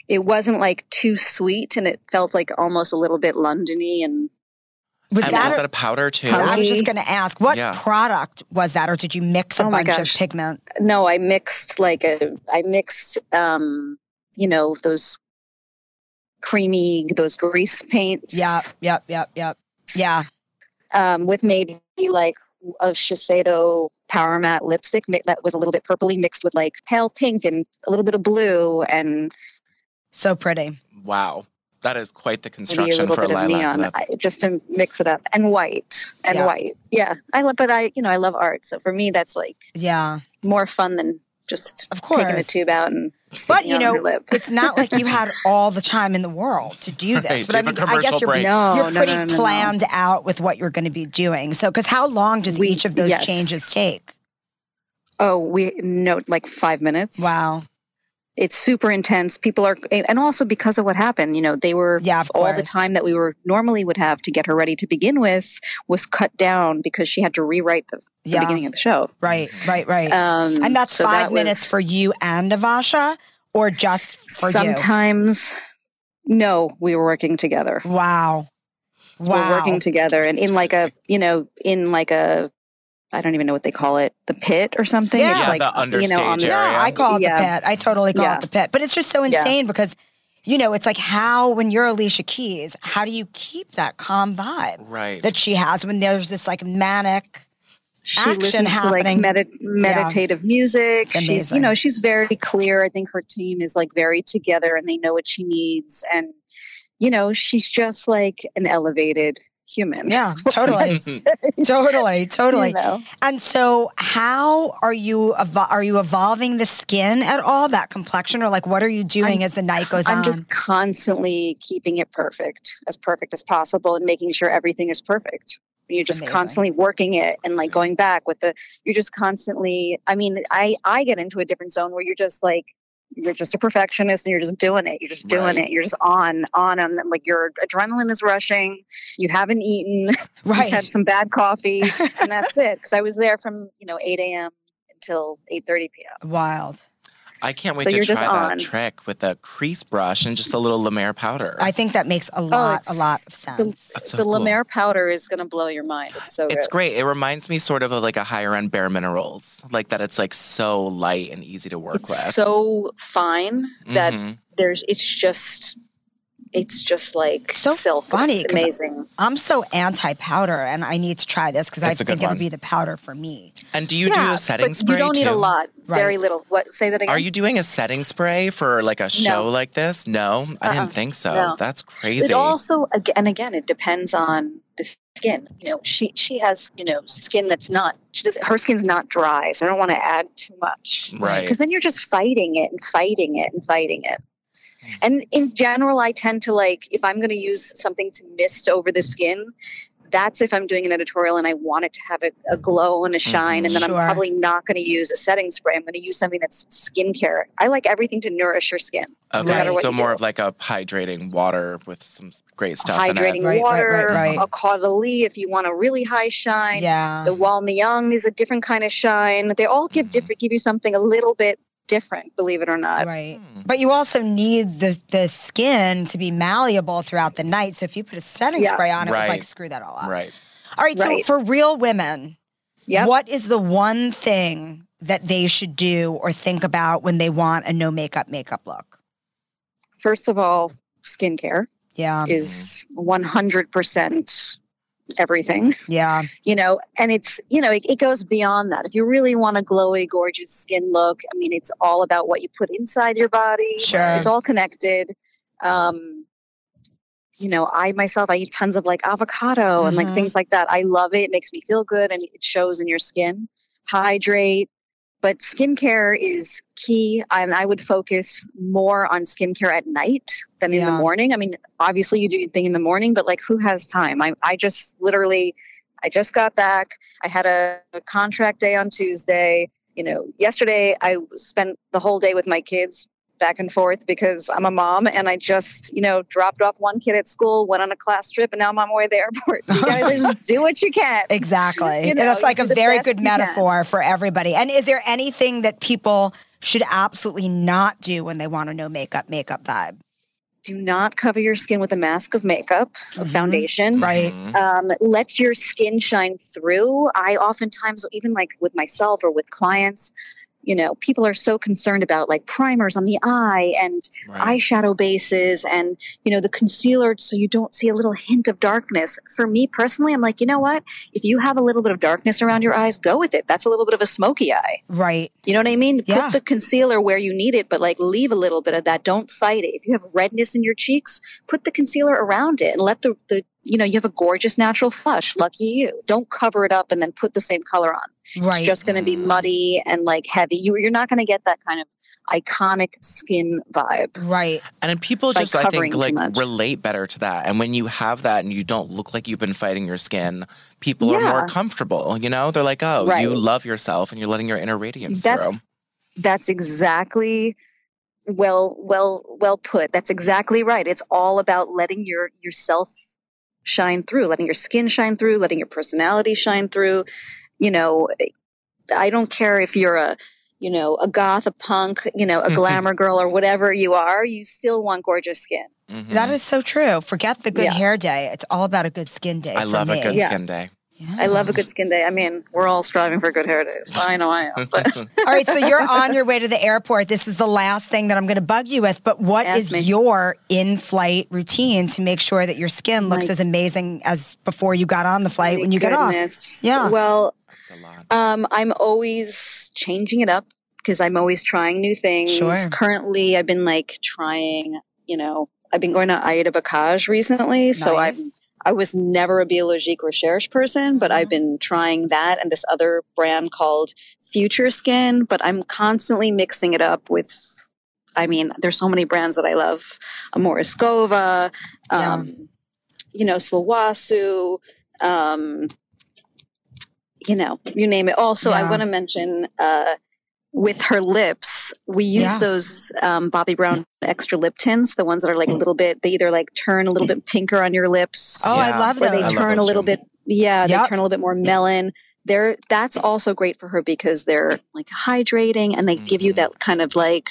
Speaker 2: it wasn't like too sweet and it felt like almost a little bit londony and
Speaker 3: was
Speaker 4: and
Speaker 3: that?
Speaker 4: was
Speaker 3: or-
Speaker 4: that a powder too?
Speaker 2: Powder.
Speaker 3: I was just
Speaker 2: Funky.
Speaker 3: going to ask, what
Speaker 4: Yeah.
Speaker 3: product was that, or did you mix a
Speaker 2: Oh my
Speaker 3: bunch of
Speaker 2: gosh.
Speaker 3: pigment?
Speaker 2: no i mixed like a i mixed um you know those creamy those grease paints
Speaker 3: Yep, yep, yep, yep. Yeah,
Speaker 2: um with maybe like a Shiseido Power Matte lipstick mi- that was a little bit purpley mixed with like pale pink and a little bit of blue and
Speaker 3: so pretty.
Speaker 4: Wow. That is quite the
Speaker 2: maybe a
Speaker 4: construction
Speaker 2: little
Speaker 4: for a
Speaker 2: bit of
Speaker 4: lilac
Speaker 2: neon
Speaker 4: lip.
Speaker 2: I, just to mix it up and white and
Speaker 3: Yeah.
Speaker 2: white yeah i love but i you know i love art so for me that's like
Speaker 3: Yeah,
Speaker 2: more fun than just
Speaker 3: of course.
Speaker 2: taking a tube out and
Speaker 3: but
Speaker 2: sticking
Speaker 3: you
Speaker 2: it on
Speaker 3: know,
Speaker 2: your lip.
Speaker 3: it's not like you had all the time in the world to do this.
Speaker 4: Right,
Speaker 3: but I
Speaker 4: take a
Speaker 3: mean, I
Speaker 4: commercial
Speaker 3: guess you're
Speaker 4: break.
Speaker 2: no,
Speaker 3: you're
Speaker 2: Oh, no,
Speaker 3: pretty
Speaker 2: no, no, no, no.
Speaker 3: planned out with what you're going to be doing. So, because how long does
Speaker 2: We-
Speaker 3: each of those
Speaker 2: yes.
Speaker 3: changes take?
Speaker 2: Oh, we no, like five minutes.
Speaker 3: Wow.
Speaker 2: it's super intense. People are, and also because of what happened, you know, they were
Speaker 3: Yeah, of
Speaker 2: all the
Speaker 3: course.
Speaker 2: time that we were normally would have to get her ready to begin with was cut down because she had to rewrite the, the
Speaker 3: Yeah.
Speaker 2: beginning of the show.
Speaker 3: Right, right, right.
Speaker 2: Um,
Speaker 3: and that's
Speaker 2: so
Speaker 3: five
Speaker 2: that
Speaker 3: minutes
Speaker 2: was-
Speaker 3: for you and Avasha, or just for
Speaker 2: sometimes no we were working together
Speaker 3: you? Wow. Wow.
Speaker 2: we're working together and in like a you know in like a i don't even know what they call it the pit or something
Speaker 3: Yeah.
Speaker 2: it's
Speaker 3: Yeah,
Speaker 2: like
Speaker 4: the
Speaker 2: you know on
Speaker 4: understage
Speaker 2: the
Speaker 4: area.
Speaker 3: yeah, I call it
Speaker 2: Yeah.
Speaker 3: the pit. I totally call
Speaker 2: Yeah.
Speaker 3: it the pit. But it's just so
Speaker 2: Yeah.
Speaker 3: insane because, you know, it's like how, when you're Alicia Keys, how do you keep that calm vibe
Speaker 4: Right.
Speaker 3: that she has when there's this like manic?
Speaker 2: she
Speaker 3: action
Speaker 2: listens
Speaker 3: happening.
Speaker 2: to like medi- meditative music
Speaker 3: It's
Speaker 2: she's you
Speaker 3: amazing.
Speaker 2: know she's very clear i think her team is like very together and they know what she needs and you know she's just like an elevated human
Speaker 3: Yeah, totally.
Speaker 2: That's-
Speaker 3: totally, totally.
Speaker 2: you know.
Speaker 3: And so, how are you evo- are you evolving the skin at all? That complexion, or like, what are you doing as the night goes
Speaker 4: um,
Speaker 2: I'm
Speaker 3: on?
Speaker 2: just constantly keeping it perfect, as perfect as possible, and making sure everything is perfect. You're
Speaker 3: It's
Speaker 2: just
Speaker 3: amazing.
Speaker 2: constantly working it and like going back with the. You're just constantly. I mean, I I get into a different zone where you're just like you're just a perfectionist and you're just doing it. You're just doing
Speaker 4: Right.
Speaker 2: it. You're just on on on. Like your adrenaline is rushing. You haven't eaten.
Speaker 3: right.
Speaker 2: You had some bad coffee, and that's it. Because I was there from you know 8 a.m. until 8:30 p.m.
Speaker 3: Wild.
Speaker 4: I can't wait
Speaker 2: So
Speaker 4: to
Speaker 2: you're
Speaker 4: try
Speaker 2: just
Speaker 4: that
Speaker 2: on.
Speaker 4: trick with a crease brush and just a little La Mer powder.
Speaker 3: I think that makes a lot, a
Speaker 2: Oh, it's
Speaker 3: lot of
Speaker 2: the,
Speaker 3: sense.
Speaker 4: That's so
Speaker 2: the La
Speaker 4: cool.
Speaker 2: Mer powder is going to blow your mind. It's so
Speaker 4: it's
Speaker 2: good.
Speaker 4: great. It reminds me sort of of like a higher end Bare Minerals, like that. It's like so light and easy to work
Speaker 2: It's
Speaker 4: with.
Speaker 2: so fine that
Speaker 4: Mhm.
Speaker 2: there's. It's just. it's just like
Speaker 3: So
Speaker 2: silk.
Speaker 3: funny,
Speaker 2: it's
Speaker 3: 'cause-
Speaker 2: amazing.
Speaker 3: I'm so anti powder, and I need to try this because I
Speaker 4: It's a good
Speaker 3: think it'll
Speaker 4: one.
Speaker 3: be the powder for me.
Speaker 4: And do you do a setting
Speaker 2: Uh, but
Speaker 4: spray?
Speaker 2: you don't need a
Speaker 4: too?
Speaker 2: lot.
Speaker 3: Right.
Speaker 2: Very little. What? Say that again.
Speaker 4: Are you doing a setting spray for like a show like this? No, I didn't think so.
Speaker 2: Uh-uh. No.
Speaker 4: That's crazy.
Speaker 2: It also, ag- and again, it depends on the skin. You know, she she has you know skin that's not she does, her skin's not dry, so I don't want to add too much.
Speaker 4: Right.
Speaker 2: Because then you're just fighting it and fighting it and fighting it.
Speaker 4: Hmm.
Speaker 2: And in general, I tend to like if I'm going to use something to mist over the skin. That's if I'm doing an editorial and I want it to have a, a glow and a shine, and then
Speaker 3: Sure.
Speaker 2: I'm probably not going to use a setting spray. I'm going to use something that's skincare. I like everything to nourish your skin.
Speaker 4: okay,
Speaker 2: matter what
Speaker 4: so
Speaker 2: you
Speaker 4: more
Speaker 2: do.
Speaker 4: of like a hydrating water with some great stuff in
Speaker 2: hydrating
Speaker 4: it.
Speaker 3: Right, right,
Speaker 2: water,
Speaker 3: right, right.
Speaker 2: a caudalie if you want a really high shine.
Speaker 3: Yeah.
Speaker 2: The Walmyung is a different kind of shine. They all
Speaker 3: Mm-hmm.
Speaker 2: give different, give you something a little bit different, believe it or not.
Speaker 3: Right.
Speaker 4: Hmm.
Speaker 3: But you also need the the skin to be malleable throughout the night. So if you put a setting
Speaker 2: Yeah.
Speaker 3: spray on, it would like
Speaker 4: Right.
Speaker 3: screw that all up.
Speaker 4: Right.
Speaker 3: All right, So
Speaker 2: Right.
Speaker 3: for real women,
Speaker 2: Yep.
Speaker 3: what is the one thing that they should do or think about when they want a no makeup makeup look?
Speaker 2: First of all, skincare
Speaker 3: Yeah.
Speaker 2: is 100% everything.
Speaker 3: Yeah.
Speaker 2: you know and it's you know it, it goes beyond that if you really want a glowy gorgeous skin look i mean it's all about what you put inside your body
Speaker 3: Sure.
Speaker 2: it's all connected um you know i myself i eat tons of like avocado and like
Speaker 3: Mhm.
Speaker 2: things like that i love it it makes me feel good and it shows in your skin hydrate but skincare is key and i would focus more on skincare at night than in the
Speaker 3: Yeah.
Speaker 2: morning i mean obviously you do your thing in the morning but like who has time i, I just literally I just got back. I had a, a contract day on Tuesday. You know, yesterday I spent the whole day with my kids back and forth because I'm a mom and I just, you know, dropped off one kid at school, went on a class trip, and now I'm on my way to the airport. So you gotta just do what you can.
Speaker 3: Exactly.
Speaker 2: You
Speaker 3: And
Speaker 2: know,
Speaker 3: that's
Speaker 2: you
Speaker 3: like
Speaker 2: do
Speaker 3: a
Speaker 2: the
Speaker 3: very
Speaker 2: best
Speaker 3: good
Speaker 2: you can.
Speaker 3: metaphor for everybody. And is there anything that people should absolutely not do when they want a no makeup makeup vibe?
Speaker 2: Do not cover your skin with a mask of makeup, of
Speaker 3: Mhm.
Speaker 2: foundation.
Speaker 3: Right.
Speaker 4: Mhm.
Speaker 2: um, let your skin shine through. I oftentimes, even like with myself or with clients, you know, people are so concerned about like primers on the eye and
Speaker 4: Right.
Speaker 2: eyeshadow bases and, you know, the concealer so you don't see a little hint of darkness. For me personally, I'm like, you know what? If you have a little bit of darkness around your eyes, go with it. That's a little bit of a smoky eye.
Speaker 3: Right.
Speaker 2: You know what I mean?
Speaker 3: Yeah.
Speaker 2: Put the concealer where you need it, but like leave a little bit of that. Don't fight it. If you have redness in your cheeks, put the concealer around it and let the, the you know, you have a gorgeous natural flush. Lucky you. Don't cover it up and then put the same color on.
Speaker 3: Right.
Speaker 2: It's just going to be
Speaker 4: Mm.
Speaker 2: muddy and like heavy. You, you're not going to get that kind of iconic skin vibe.
Speaker 3: right.
Speaker 4: And then people
Speaker 2: by
Speaker 4: just, I
Speaker 2: covering
Speaker 4: think,
Speaker 2: too
Speaker 4: like
Speaker 2: much.
Speaker 4: relate better to that. And when you have that and you don't look like you've been fighting your skin, people are
Speaker 2: Yeah.
Speaker 4: more comfortable. You know, they're like, oh,
Speaker 2: Right.
Speaker 4: you love yourself and you're letting your inner radiance
Speaker 2: That's
Speaker 4: through.
Speaker 2: that's exactly well well well put that's exactly right it's all about letting your yourself shine through letting your skin shine through letting your personality shine through you know i don't care if you're a you know a goth a punk you know a
Speaker 3: Mm-hmm.
Speaker 2: glamour girl or whatever you are you still want gorgeous skin
Speaker 4: Mhm.
Speaker 3: That is so true. Forget the good
Speaker 2: Yeah.
Speaker 3: hair day. It's all about a good skin day.
Speaker 4: I
Speaker 3: for
Speaker 4: love
Speaker 3: me.
Speaker 4: a good
Speaker 2: Yeah.
Speaker 4: skin day.
Speaker 2: i love a
Speaker 3: Mm-hmm.
Speaker 2: good skin day i mean we're all striving for good hair days i know i am but
Speaker 3: All right, so you're on your way to the airport. This is the last thing that I'm going to bug you with, but what
Speaker 2: Ask
Speaker 3: is
Speaker 2: me.
Speaker 3: your in-flight routine to make sure that your skin looks
Speaker 2: My-
Speaker 3: as amazing as before you got on the flight when you get off?
Speaker 2: Goodness.
Speaker 3: Yeah.
Speaker 2: well
Speaker 4: That's a lot.
Speaker 2: Um, I'm always changing it up because I'm always trying new things.
Speaker 3: Sure.
Speaker 2: Currently, I've been like trying, you know, I've been going to Ayurveda Bakaj recently. So
Speaker 3: Nice. Mm-hmm.
Speaker 2: I've, I was never a Biologique Recherche person, but I've been trying that and this other brand called Future Skin, but I'm constantly mixing it up with, I mean, there's so many brands that I love. Amoriskova,
Speaker 3: Yeah.
Speaker 2: um, you know, Slawasu, um, you know, you name it. Also,
Speaker 3: Yeah.
Speaker 2: I want to mention uh, with her lips, we use
Speaker 3: Yeah.
Speaker 2: those um, Bobby Brown extra lip tints, the ones that are like a little bit, they either like turn a little bit pinker on your lips
Speaker 3: Mm. Oh, I
Speaker 4: Yeah.
Speaker 3: love
Speaker 2: or
Speaker 3: those.
Speaker 2: they
Speaker 4: love
Speaker 2: turn a
Speaker 4: those
Speaker 2: little
Speaker 4: too.
Speaker 2: bit, yeah,
Speaker 3: Yep.
Speaker 2: they turn a little bit more melon. They're, that's also great for her because they're like hydrating and they
Speaker 3: Mm.
Speaker 2: give you
Speaker 4: Mhm.
Speaker 2: that kind of like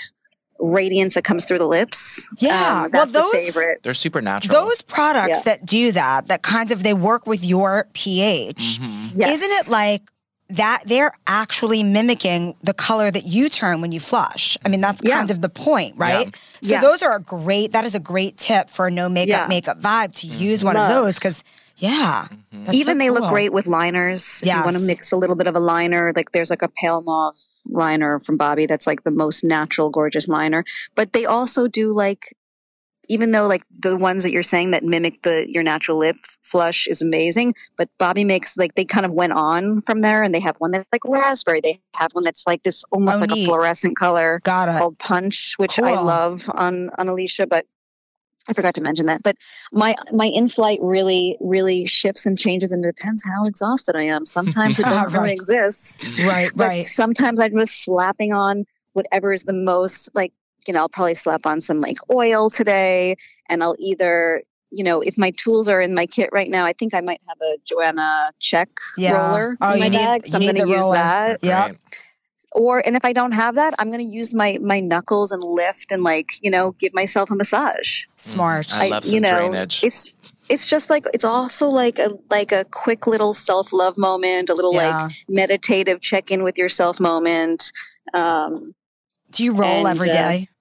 Speaker 2: radiance that comes through the lips.
Speaker 3: Yeah.
Speaker 2: Um,
Speaker 3: Well,
Speaker 2: that's
Speaker 3: those-
Speaker 2: a favorite.
Speaker 4: They're super natural.
Speaker 3: Those products
Speaker 2: Yeah.
Speaker 3: that do that, that kind of they work with your pH.
Speaker 4: Mhm.
Speaker 2: Yes.
Speaker 3: Isn't it like that they're actually mimicking the color that you turn when you flush. I mean, that's
Speaker 2: Yeah.
Speaker 3: kind of the point, right? So
Speaker 2: Yeah.
Speaker 3: those are a great. That is a great tip for a no makeup
Speaker 2: Yeah.
Speaker 3: makeup vibe to use one of
Speaker 2: Love.
Speaker 3: those because yeah, that's so
Speaker 2: Even they look
Speaker 3: cool.
Speaker 2: great with liners. If you want to
Speaker 3: Yes.
Speaker 2: mix a little bit of a liner, like there's like a pale mauve liner from Bobby that's like the most natural, gorgeous liner. But they also do like, even though like the ones that you're saying that mimic the your natural lip flush is amazing, but Bobby makes like they kind of went on from there, and they have one that's like raspberry. They have one that's like this almost
Speaker 3: Oh,
Speaker 2: like
Speaker 3: neat.
Speaker 2: a fluorescent color
Speaker 3: Got it.
Speaker 2: called Punch, which I
Speaker 3: Cool.
Speaker 2: love on on Alicia, but I forgot to mention that. But my my in flight really really shifts and changes, and depends how exhausted I am. Sometimes it
Speaker 3: Right.
Speaker 2: doesn't really exist,
Speaker 3: Right,
Speaker 2: but
Speaker 3: right.
Speaker 2: sometimes I'm just slapping on whatever is the most like you know. I'll probably slap on some like oil today, and I'll either you know if my tools are in my kit right now, I think I might have a Joanna check
Speaker 3: Yeah.
Speaker 2: roller
Speaker 3: Oh,
Speaker 2: in my
Speaker 3: you need-
Speaker 2: bag, so I'm
Speaker 3: you need
Speaker 2: going to
Speaker 3: the
Speaker 2: use
Speaker 3: roller.
Speaker 2: that
Speaker 3: Yeah.
Speaker 4: Right.
Speaker 2: or and if I don't have that, I'm going to use my my knuckles and lift and like you know give myself a massage.
Speaker 3: Smart.
Speaker 2: Mm-hmm.
Speaker 4: I love some
Speaker 2: you know,
Speaker 4: drainage.
Speaker 2: It's it's just like it's also like a like a quick little self love moment, a little
Speaker 3: yeah.
Speaker 2: like meditative check in with yourself moment. Um,
Speaker 3: Do you roll
Speaker 2: and,
Speaker 3: every
Speaker 2: uh,
Speaker 3: day?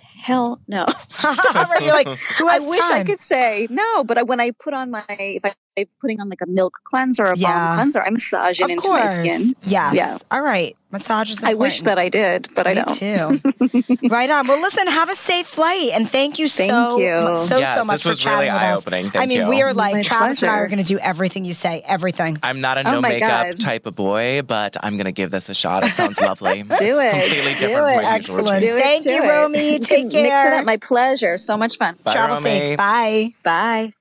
Speaker 2: hell no.
Speaker 3: Where you're like, who
Speaker 2: I
Speaker 3: has
Speaker 2: wish I
Speaker 3: time?
Speaker 2: could say no, but I, when I put on my if I, I'm putting on like a milk cleanser or a
Speaker 3: Yeah.
Speaker 2: balm cleanser, I massage it
Speaker 3: of
Speaker 2: into
Speaker 3: course.
Speaker 2: my skin.
Speaker 3: Yes.
Speaker 2: Yeah.
Speaker 3: All right. Massage is
Speaker 2: I wish
Speaker 3: important.
Speaker 2: that I did, but I
Speaker 3: Me
Speaker 2: don't.
Speaker 3: too. right on. Well, listen, have a safe flight and thank you so
Speaker 2: Thank you.
Speaker 3: mu- so
Speaker 4: yes,
Speaker 3: so much
Speaker 4: this
Speaker 3: for
Speaker 4: was
Speaker 3: chatting
Speaker 4: really
Speaker 3: with us.
Speaker 4: eye-opening. Thank
Speaker 3: I mean,
Speaker 4: you.
Speaker 3: we are like
Speaker 2: My
Speaker 3: Travis and I are
Speaker 2: pleasure.
Speaker 3: going to do everything you say, everything.
Speaker 4: I'm not a
Speaker 2: Oh
Speaker 4: no
Speaker 2: my
Speaker 4: makeup
Speaker 2: God.
Speaker 4: type of boy, but I'm gonna give this a shot. It sounds lovely. Do
Speaker 2: it.
Speaker 4: Completely
Speaker 2: Do
Speaker 4: different
Speaker 2: it.
Speaker 4: from my usual
Speaker 3: Excellent.
Speaker 4: routine.
Speaker 2: Do it,
Speaker 3: Thank
Speaker 2: do
Speaker 3: you,
Speaker 2: it.
Speaker 3: Romy.
Speaker 2: You
Speaker 3: Take
Speaker 2: can Mix it
Speaker 3: care.
Speaker 2: up. My pleasure. So much fun.
Speaker 4: Bye,
Speaker 3: Travel
Speaker 4: Romy.
Speaker 3: safe. Bye.
Speaker 2: Bye.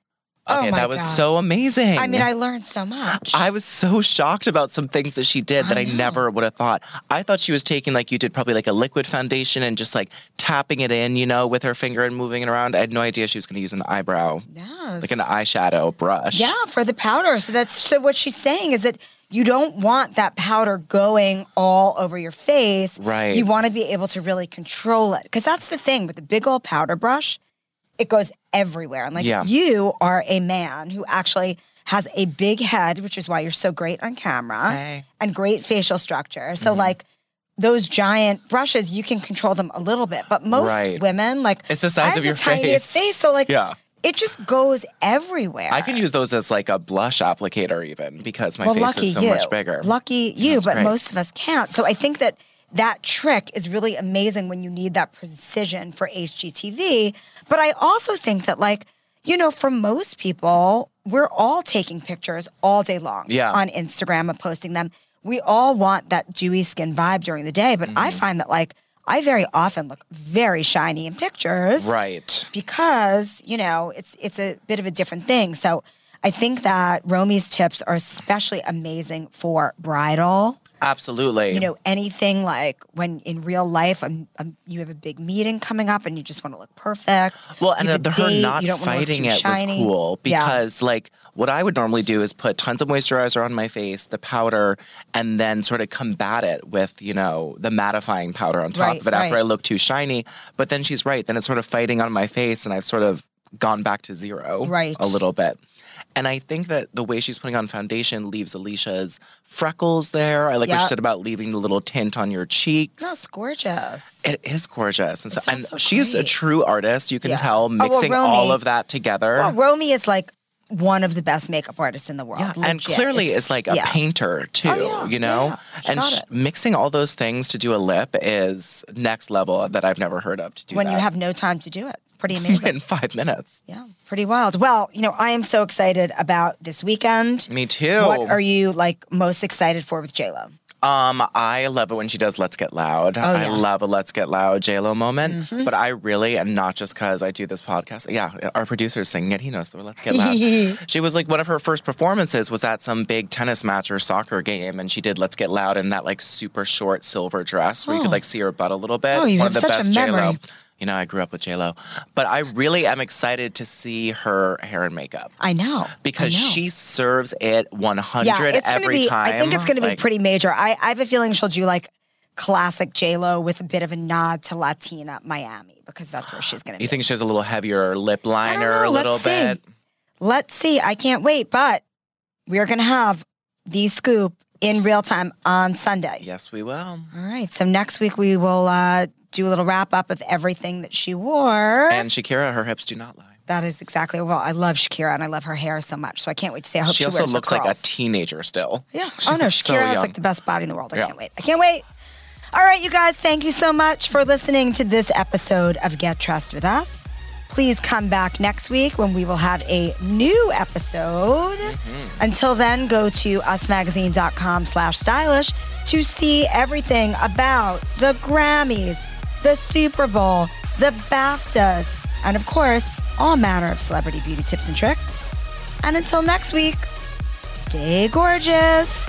Speaker 3: Oh
Speaker 4: Okay,
Speaker 3: my
Speaker 4: that was
Speaker 3: God.
Speaker 4: so amazing.
Speaker 3: I mean, I learned so much.
Speaker 4: I was so shocked about some things that she did that I, never would have thought. I thought she was taking like you did probably like a liquid foundation and just like tapping it in, you know, with her finger and moving it around. I had no idea she was going to use an eyebrow,
Speaker 3: yes.
Speaker 4: like an eyeshadow brush.
Speaker 3: Yeah, for the powder. So that's so what she's saying is that you don't want that powder going all over your face.
Speaker 4: Right.
Speaker 3: You want to be able to really control it. Because that's the thing with the big old powder brush, it goes everywhere. And like
Speaker 4: Yeah.
Speaker 3: you are a man who actually has a big head, which is why you're so great on camera
Speaker 4: Hey.
Speaker 3: and great facial structure. So
Speaker 4: Mm-hmm.
Speaker 3: like those giant brushes, you can control them a little bit. But most
Speaker 4: Right.
Speaker 3: women, like
Speaker 4: It's the size
Speaker 3: I have
Speaker 4: of your
Speaker 3: the tiniest
Speaker 4: face.
Speaker 3: face. So like
Speaker 4: Yeah.
Speaker 3: it just goes everywhere.
Speaker 4: I can use those as like a blush applicator even because my face is so much bigger.
Speaker 3: Lucky you, but
Speaker 4: great.
Speaker 3: most of us can't. So I think that that trick is really amazing when you need that precision for HGTV. But I also think that, like, you know, for most people, we're all taking pictures all day long
Speaker 4: Yeah.
Speaker 3: on Instagram and posting them. We all want that dewy skin vibe during the day, but I
Speaker 4: Mm-hmm.
Speaker 3: find that, like, I very often look very shiny in pictures
Speaker 4: Right.
Speaker 3: because you know it's it's a bit of a different thing. So I think that Romy's tips are especially amazing for bridal.
Speaker 4: Absolutely.
Speaker 3: You know, anything like when in real life um um you have a big meeting coming up and you just want to look perfect.
Speaker 4: Well, and
Speaker 3: You
Speaker 4: uh,
Speaker 3: have a
Speaker 4: the, her
Speaker 3: date,
Speaker 4: not
Speaker 3: you don't wanna look
Speaker 4: fighting
Speaker 3: too
Speaker 4: it
Speaker 3: shiny.
Speaker 4: was cool
Speaker 3: Yeah.
Speaker 4: because, like, what I would normally do is put tons of moisturizer on my face, the powder, and then sort of combat it with, you know, the mattifying powder on top
Speaker 3: Right,
Speaker 4: of it after
Speaker 3: right.
Speaker 4: I look too shiny. But then she's right. Then it's sort of fighting on my face, and I've sort of gone back to zero
Speaker 3: Right.
Speaker 4: a little bit. And I think that the way she's putting on foundation leaves Alicia's freckles there. I like what
Speaker 3: Yeah.
Speaker 4: she said about leaving the little tint on your cheeks.
Speaker 3: That's gorgeous.
Speaker 4: It is gorgeous, and so
Speaker 3: It
Speaker 4: and
Speaker 3: sounds so
Speaker 4: she's a
Speaker 3: great.
Speaker 4: true artist. You can
Speaker 3: Yeah. Oh,
Speaker 4: tell
Speaker 3: well,
Speaker 4: mixing all
Speaker 3: Romy-
Speaker 4: of that together.
Speaker 3: well, Romy is like one of the best makeup artists in the world.
Speaker 4: yeah, and
Speaker 3: Legit.
Speaker 4: clearly
Speaker 3: It's-
Speaker 4: is like a
Speaker 3: yeah. Oh,
Speaker 4: painter too.
Speaker 3: yeah,
Speaker 4: You know,
Speaker 3: yeah, she
Speaker 4: and
Speaker 3: got
Speaker 4: sh-
Speaker 3: it.
Speaker 4: mixing all those things to do a lip is next level that I've never heard of. To do
Speaker 3: When
Speaker 4: that
Speaker 3: you have no time to do it, it's pretty amazing.
Speaker 4: in five minutes.
Speaker 3: Yeah, pretty wild. Well, you know, I am so excited about this weekend.
Speaker 4: Me too.
Speaker 3: What are you like most excited for with J Lo?
Speaker 4: Um, I love it when she does "Let's Get Loud." I
Speaker 3: Oh, yeah. Mm-hmm.
Speaker 4: love a "Let's Get Loud" J Lo moment. But I really, and not just because I do this podcast. Yeah, our producer's singing it. He knows the "Let's Get Loud." she was like one of her first performances was at some big tennis match or soccer game, and she did "Let's Get Loud" in that like super short silver dress where you could like see her butt a little bit.
Speaker 3: Oh, you
Speaker 4: one
Speaker 3: have
Speaker 4: of the
Speaker 3: such a
Speaker 4: best J Lo.
Speaker 3: memory.
Speaker 4: You know, I grew up with J Lo, but I really am excited to see her hair and makeup.
Speaker 3: I know
Speaker 4: Because
Speaker 3: I know.
Speaker 4: she serves it 100
Speaker 3: yeah, it's gonna
Speaker 4: every
Speaker 3: be.
Speaker 4: time.
Speaker 3: I think it's going to be
Speaker 4: Like,
Speaker 3: pretty major. I, I have a feeling she'll do like classic J Lo with a bit of a nod to Latina Miami because that's where she's going to be.
Speaker 4: You think she has a little heavier lip
Speaker 3: I don't
Speaker 4: liner,
Speaker 3: know.
Speaker 4: a little
Speaker 3: Let's see.
Speaker 4: bit?
Speaker 3: Let's see. I can't wait. But we are going to have the scoop in real time on Sunday.
Speaker 4: Yes, we will.
Speaker 3: All right. So next week we will uh, do a little wrap up of everything that she wore.
Speaker 4: And Shakira, her hips do not lie.
Speaker 3: that is exactly well. I love Shakira and I love her hair so much. So I can't wait to see. I hope
Speaker 4: She
Speaker 3: she,
Speaker 4: also
Speaker 3: wears her
Speaker 4: looks like a
Speaker 3: curls.
Speaker 4: teenager still.
Speaker 3: Yeah. Oh no,
Speaker 4: so
Speaker 3: Shakira has
Speaker 4: young.
Speaker 3: like the best body in the world. I
Speaker 4: Yeah.
Speaker 3: can't wait. I can't wait. All right, you guys, thank you so much for listening to this episode of Get Dressed with Us. Please come back next week when we will have a new episode.
Speaker 4: Mm-hmm.
Speaker 3: Until then, go to usmagazine.com slash stylish to see everything about the Grammys, the Super Bowl, the BAFTAs, and of course, all manner of celebrity beauty tips and tricks. And until next week, stay gorgeous.